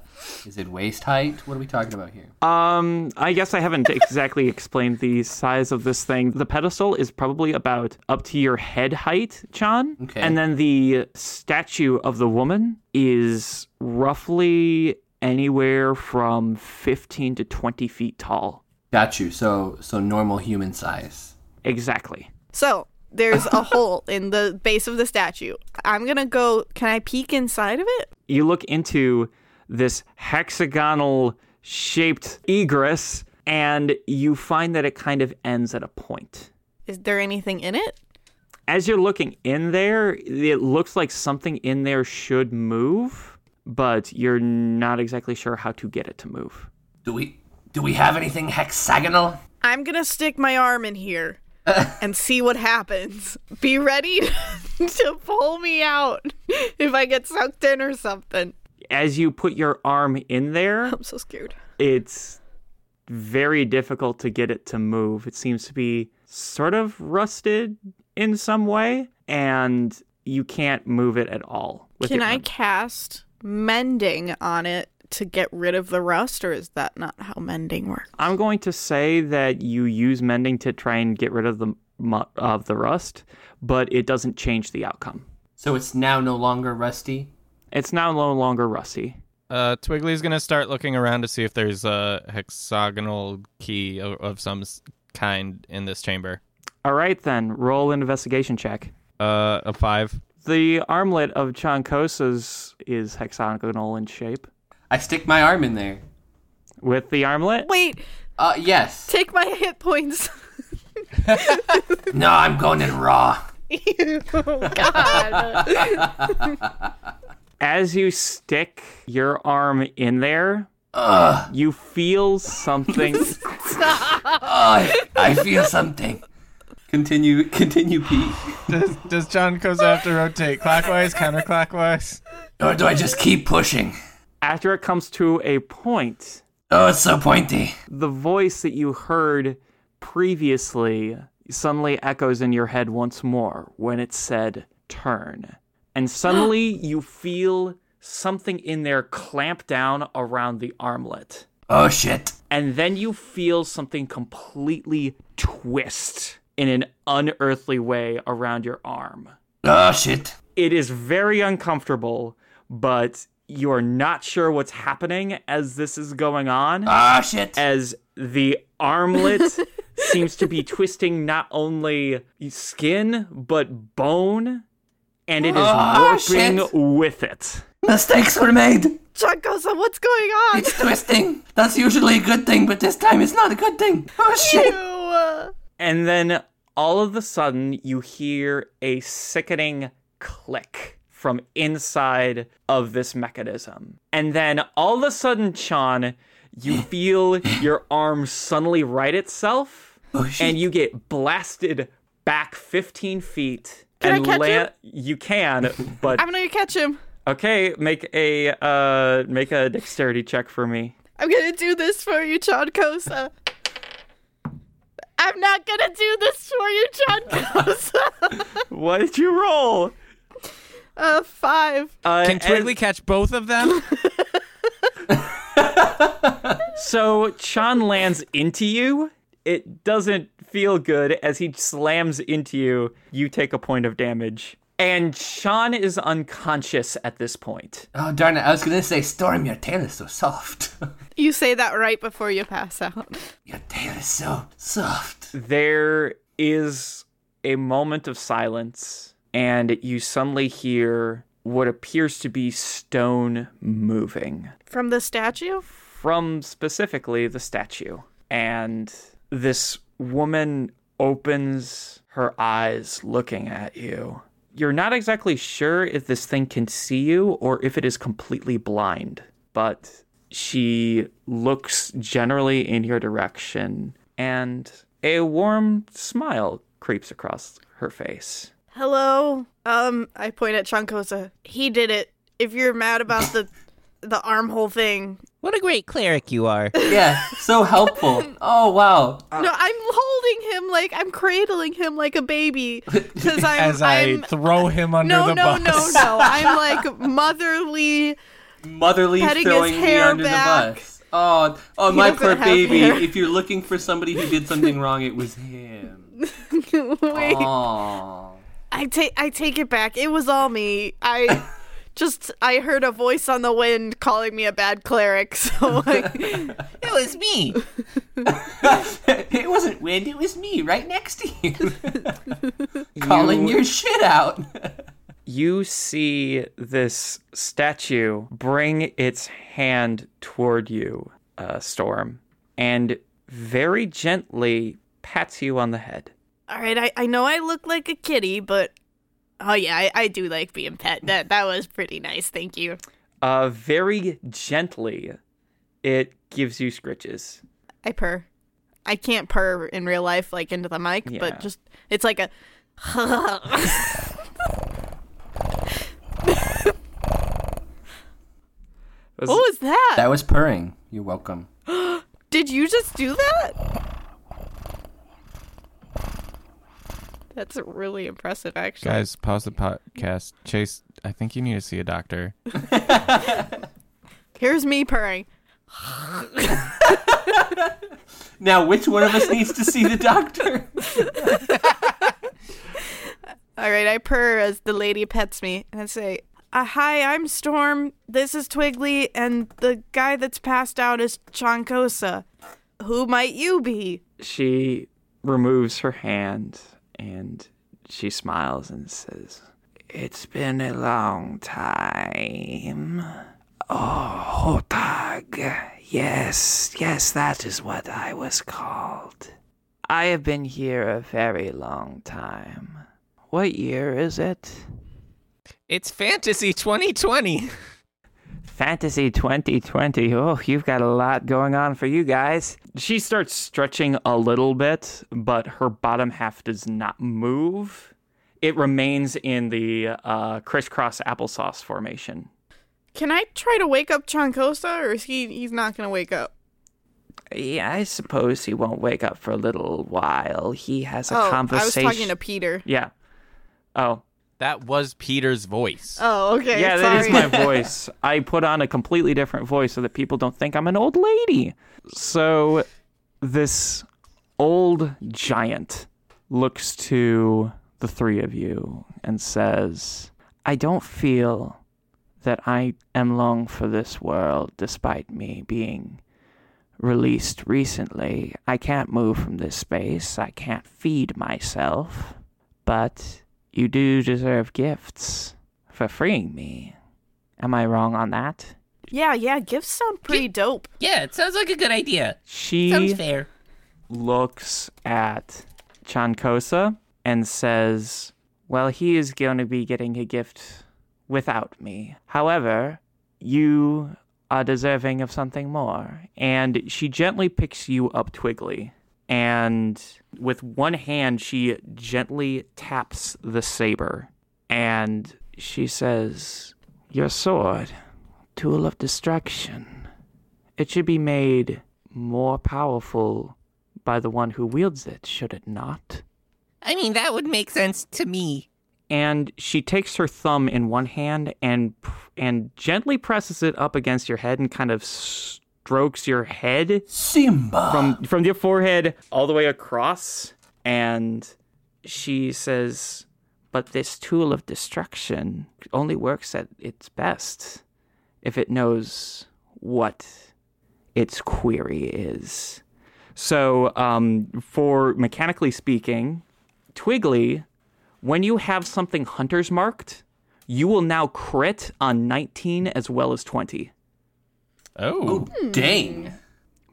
is it waist height? What are we talking about here? Um, I guess I haven't exactly explained the size of this thing. The pedestal is probably about up to your head height, John. Okay. And then the statue of the woman is roughly anywhere from 15 to 20 feet tall. Got you. So so normal human size. Exactly. So there's a hole in the base of the statue. I'm gonna go. Can I peek inside of it? You look into this hexagonal shaped egress and you find that it kind of ends at a point. Is there anything in it? as you're looking in there, it looks like something in there should move, but you're not exactly sure how to get it to move. Do we do we have anything hexagonal? I'm gonna stick my arm in here and see what happens. Be ready to pull me out if I get sucked in or something. As you put your arm in there, I'm so scared. it's very difficult to get it to move. It seems to be sort of rusted in some way, and you can't move it at all. with Can your I arm. cast mending on it to get rid of the rust, or is that not how mending works? I'm going to say that you use mending to try and get rid of the mu- of the rust, but it doesn't change the outcome. So it's now no longer rusty. It's now no longer rusty. Uh, Twiggly's gonna start looking around to see if there's a hexagonal key of, of some s- kind in this chamber. All right, then, roll an investigation check. Uh, a five. The armlet of Chankosa's is hexagonal in shape. I stick my arm in there. With the armlet, Wait, Uh yes. take my hit points. No, I'm going in raw. Ew, God. as you stick your arm in there, Ugh. you feel something. I, I feel something. Continue continue Pete. Does Does John Koza have to rotate clockwise, counterclockwise? Or do I just keep pushing? After it comes to a point, Oh, it's so pointy. the voice that you heard previously suddenly echoes in your head once more when it said turn. And suddenly you feel something in there clamp down around the armlet. Oh shit. And then you feel something completely twist in an unearthly way around your arm. Oh shit. It is very uncomfortable, but you're not sure what's happening as this is going on Oh shit. as the armlet seems to be twisting not only skin but bone, and it is Oh, warping shit. with it. Mistakes were made. Chunkosa, what's going on? It's twisting. That's usually a good thing, but this time it's not a good thing. Oh shit. Ew. And then all of a sudden, you hear a sickening click from inside of this mechanism. And then all of a sudden, Chan, you feel your arm suddenly right itself, and you get blasted back 15 feet. Can I and catch la- you can, but I'm gonna catch him. okay, make a uh, make a dexterity check for me. I'm gonna do this for you, Chonkosa. I'm not gonna do this for you, Chonkosa. What did you roll? uh, five. Uh, Can and- Twiggly catch both of them? So Chan lands into you. It doesn't feel good as he slams into you. You take a point of damage. And Chan is unconscious at this point. Oh darn it! I was gonna say, Storm, your tail is so soft. You say that right before you pass out. your tail is so soft. There is a moment of silence, and you suddenly hear what appears to be stone moving. From the statue? from specifically the statue. And this woman opens her eyes looking at you. You're not exactly sure if this thing can see you or if it is completely blind, but she looks generally in your direction and a warm smile creeps across her face. Hello. Um, I point at Chonkosa. He did it. If you're mad about the the armhole thing. What a great cleric you are. Yeah, so helpful. Oh wow. Uh. no, I'm holding him like I'm cradling him like a baby. Because I'm As I I'm throw him under no, the no, bus. no, no. I'm like motherly. Motherly Patting his throwing me hair under back. the bus. Oh, oh my doesn't poor have baby. hair. If you're looking for somebody who did something wrong, it was him. Wait, Aww. I take I take it back. It was all me. I just I heard a voice on the wind calling me a bad cleric. So I, It was me. it wasn't wind, it was me right next to you. Calling your shit out. you see this statue bring its hand toward you, uh, Storm, and very gently pats you on the head. all right, I I know I look like a kitty, but oh yeah, I, I do like being pet. That that was pretty nice. Thank you. Uh, very gently, it gives you scritches. I purr. I can't purr in real life like into the mic, Yeah. but just it's like a Was- What was that? That was purring. You're welcome. Did you just do that? That's really impressive, actually. Guys, pause the podcast. Chase, I think you need to see a doctor. Here's me purring. Now, which one of us needs to see the doctor? All right, I purr as the lady pets me and I say, uh, "Hi, I'm Storm. This is Twiggly, and the guy that's passed out is Chonkosa. Who might you be?" she removes her hand and she smiles and says, It's been a long time. Oh, Hotag. Yes, yes, that is what I was called. I have been here a very long time. What year is it? It's Fantasy 2020. Fantasy 2020. Oh, you've got a lot going on for you guys. She starts stretching a little bit, but her bottom half does not move. It remains in the uh, crisscross applesauce formation. Can I try to wake up Chonkosa, or is he he's not gonna wake up? Yeah, I suppose he won't wake up for a little while. He has a oh, conversation. I was talking to Peter. yeah. Oh. That was Peter's voice. Oh, okay. Yeah, sorry. that is my voice. I put on a completely different voice so that people don't think I'm an old lady. So this old giant looks to the three of you and says, I don't feel that I am long for this world despite me being released recently. I can't move from this space. I can't feed myself. But you do deserve gifts for freeing me. Am I wrong on that? yeah, yeah. Gifts sound pretty dope. Yeah, it sounds like a good idea. Sounds She fair. looks at Chankosa and says, Well, he is going to be getting a gift without me. However, you are deserving of something more. And she gently picks you up, Twiggly. And with one hand, she gently taps the saber. And she says, Your sword, tool of destruction. It should be made more powerful by the one who wields it, should it not? I mean, that would make sense to me. And she takes her thumb in one hand and pr- and gently presses it up against your head and kind of strokes your head Simba. from from your forehead all the way across. And she says, "But this tool of destruction only works at its best if it knows what its query is." So, um, for mechanically speaking, Twiggly, when you have something hunters marked, you will now crit on 19 as well as 20. Oh. Hmm. Dang.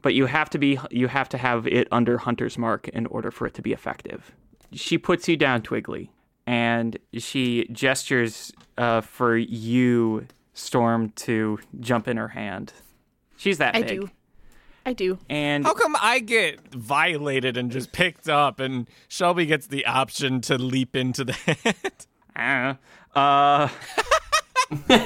but you have to be you have to have it under hunter's mark in order for it to be effective she puts you down twiggly and she gestures uh, for you storm to jump in her hand she's that I big do. I do. and How come I get violated and just picked up, and Shelby gets the option to leap into the head? I don't know. uh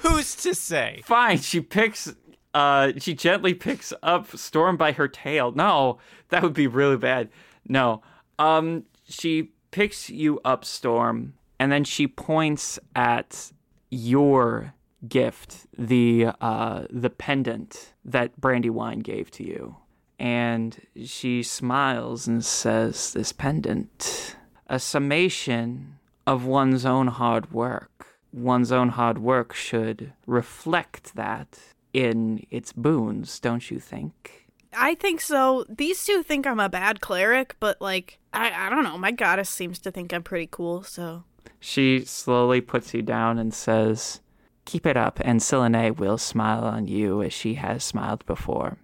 Who's to say? fine she picks uh she gently picks up storm by her tail no that would be really bad no um she picks you up storm and then she points at your gift the uh the pendant that brandywine gave to you and she smiles and says this pendant a summation of one's own hard work. One's own hard work should reflect that in its boons, don't you think? I think so. These two think I'm a bad cleric, but like I, I don't know. My goddess seems to think I'm pretty cool. So She slowly puts you down and says, Keep it up, and Selene will smile on you as she has smiled before.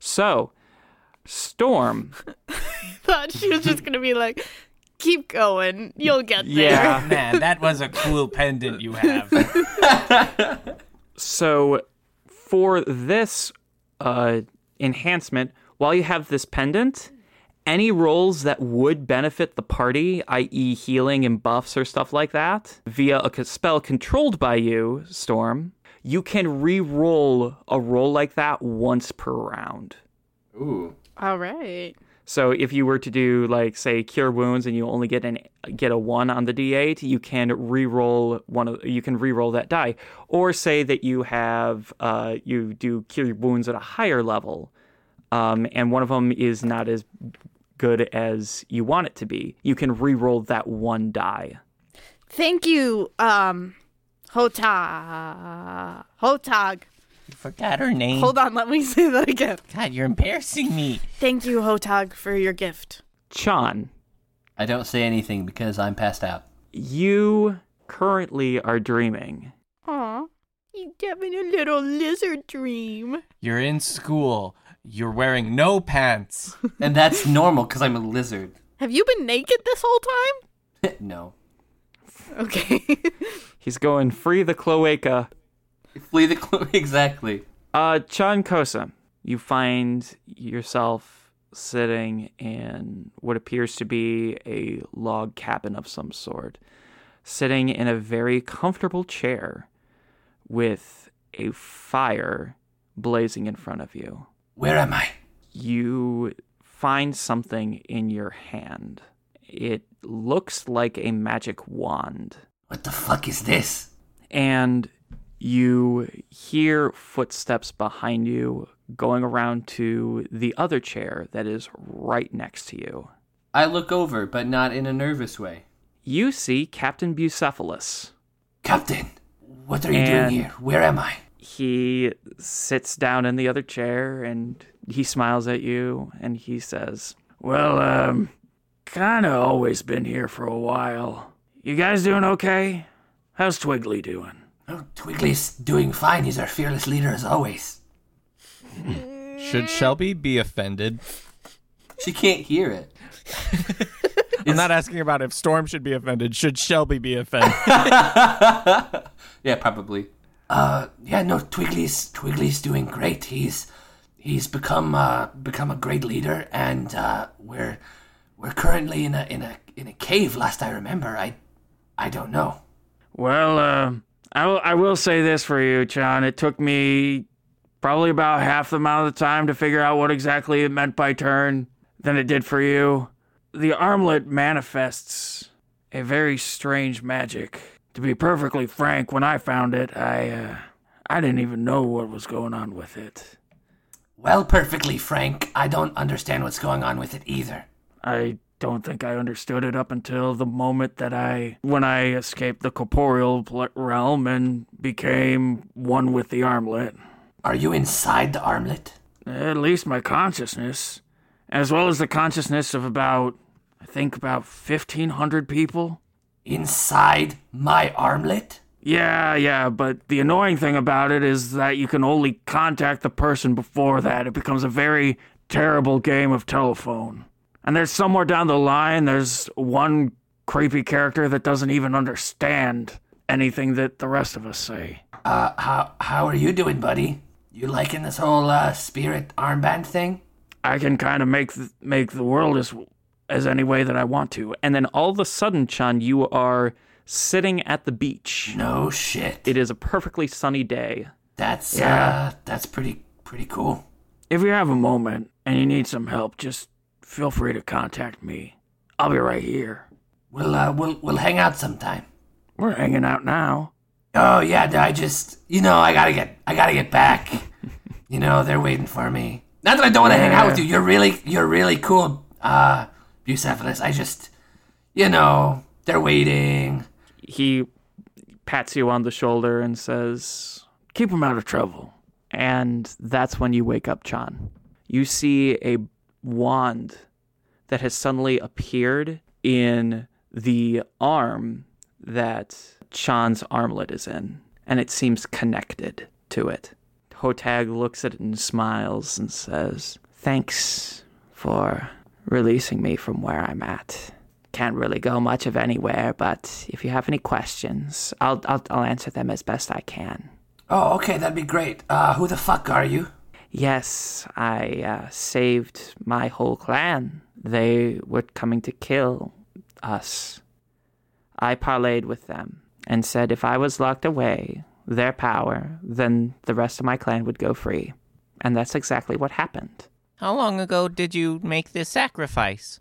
So, Storm. thought she was just gonna be like, keep going, you'll get there. Yeah. Man, that was a cool pendant you have. So, for this uh, enhancement, while you have this pendant, any roles that would benefit the party, i.e., healing and buffs or stuff like that, via a c- spell controlled by you, Storm, you can re roll a roll like that once per round. Ooh. All right. So if you were to do like say cure wounds and you only get an get a 1 on the d8, you can re-roll one of you can re-roll that die or say that you have uh you do cure wounds at a higher level um and one of them is not as good as you want it to be. You can re-roll that one die. Thank you, um, Hota, Hotag. You forgot her name. Hold on, let me say that again. God, you're embarrassing me. Thank you, Hotag, for your gift. Chan, I don't say anything because I'm passed out. you currently are dreaming. Aw, you having a little lizard dream. You're in school. You're wearing no pants. And that's normal because I'm a lizard. Have you been naked this whole time? no. Okay. He's going free the cloaca. Flee the clue. Exactly. Uh, Chan Kosa, you find yourself sitting in what appears to be a log cabin of some sort, sitting in a very comfortable chair with a fire blazing in front of you. Where am I? You find something in your hand. It looks like a magic wand. What the fuck is this? and you hear footsteps behind you going around to the other chair that is right next to you. I look over, but not in a nervous way. You see Captain Bucephalus. Captain, what are And- Where am I? He sits down in the other chair and he smiles at you and he says, Well, um, kinda always been here for a while. You guys doing okay? How's Twiggly doing? Oh, Twiggly's doing fine. He's our fearless leader as always. Should Shelby be offended? She can't hear it. I'm not asking about if Storm should be offended. Should Shelby be offended? Yeah, probably. Uh, yeah, no, Twiggly's Twiggly's doing great. He's he's become uh become a great leader, and uh, we're we're currently in a in a in a cave. Last I remember, I I don't know. Well, uh, I, will, I will say this for you, John. It took me probably about half the amount of time to figure out what exactly it meant by turn than it did for you. The armlet manifests a very strange magic. To be perfectly frank, when I found it, I uh, I didn't even know what was going on with it. Well, perfectly frank, I don't understand what's going on with it either. I don't think I understood it up until the moment that I, when I escaped the corporeal pl- realm and became one with the armlet. Are you inside the armlet? at least my consciousness, as well as the consciousness of about, I think about 1,500 people. Inside my armlet? Yeah, yeah, but the annoying thing about it is that you can only contact the person before that. It becomes a very terrible game of telephone. And there's somewhere down the line, there's one creepy character that doesn't even understand anything that the rest of us say. Uh, how how are you doing, buddy? You liking this whole uh, spirit armband thing? I can kind of make th- make the world as as any way that I want to. And then all of a sudden, Chan, you are sitting at the beach. No shit. It is a perfectly sunny day. That's Yeah. uh, that's pretty pretty cool. If you have a moment and you need some help, just feel free to contact me. I'll be right here. We'll uh, we'll we'll hang out sometime. We're hanging out now. Oh yeah, no, I just you know I gotta get I gotta get back. you know they're waiting for me. Not that I don't want to hang out with you. You're really you're really cool, uh, Bucephalus. I just you know they're waiting. He pats you on the shoulder and says, "Keep him out of trouble." And that's when you wake up, Chan. You see a wand that has suddenly appeared in the arm that Chan's armlet is in, and it seems connected to it. Hotag looks at it and smiles and says, Thanks for releasing me from where I'm at. Can't really go much of anywhere, but if you have any questions, I'll, I'll, I'll answer them as best I can. Oh okay, that'd be great. Uh, who the fuck are you? Yes, I uh, saved my whole clan. They were coming to kill us. I parleyed with them and said if I was locked away, their power, then the rest of my clan would go free. And that's exactly what happened. How long ago did you make this sacrifice?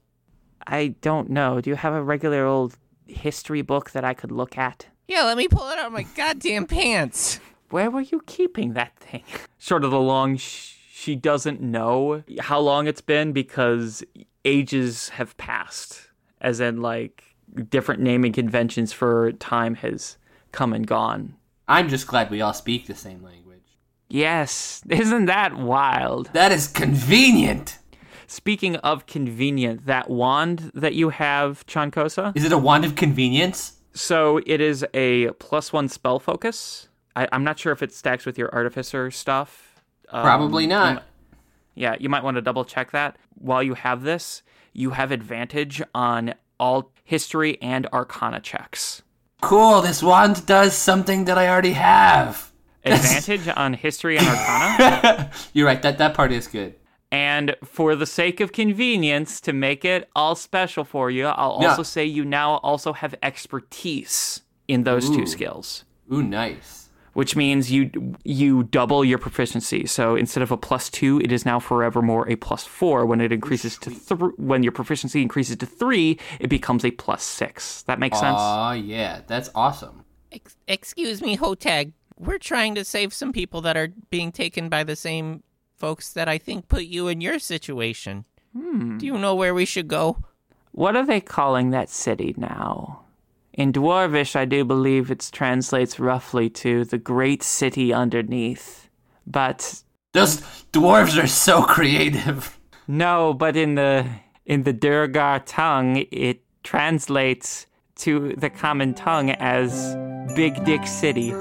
I don't know. Do you have a regular old history book that I could look at? Yeah, let me pull it out of my goddamn pants. Where were you keeping that thing? Short of the long, sh- she doesn't know how long it's been because ages have passed, as in, like, different naming conventions for time has come and gone. I'm just glad we all speak the same language. Yes, isn't that wild? That is convenient. Speaking of convenient, that wand that you have, Chankosa, Is it a wand of convenience? so it is a plus one spell focus. I, I'm not sure if it stacks with your artificer stuff. Um, Probably not. Yeah, you might want to double check that. While you have this, you have advantage on all history and arcana checks. Cool. This wand does something that I already have. Advantage on history and arcana. You're right. That that part is good. And for the sake of convenience, to make it all special for you, I'll Yeah. also say you now also have expertise in those two skills, Ooh, nice. which means you you double your proficiency. So instead of a plus two, it is now forevermore a plus four. When it increases to thr when your proficiency increases to three, it becomes a plus six. That makes sense. Aw, yeah, that's awesome. Ex- excuse me, Hotag. We're trying to save some people that are being taken by the same folks that I think put you in your situation. Do you know where we should go? What are they calling that city now? In Dwarvish, I do believe it translates roughly to the great city underneath. But Those dwarves are so creative. No, but in the in the Durgar tongue, it translates to the common tongue as Big Dick City.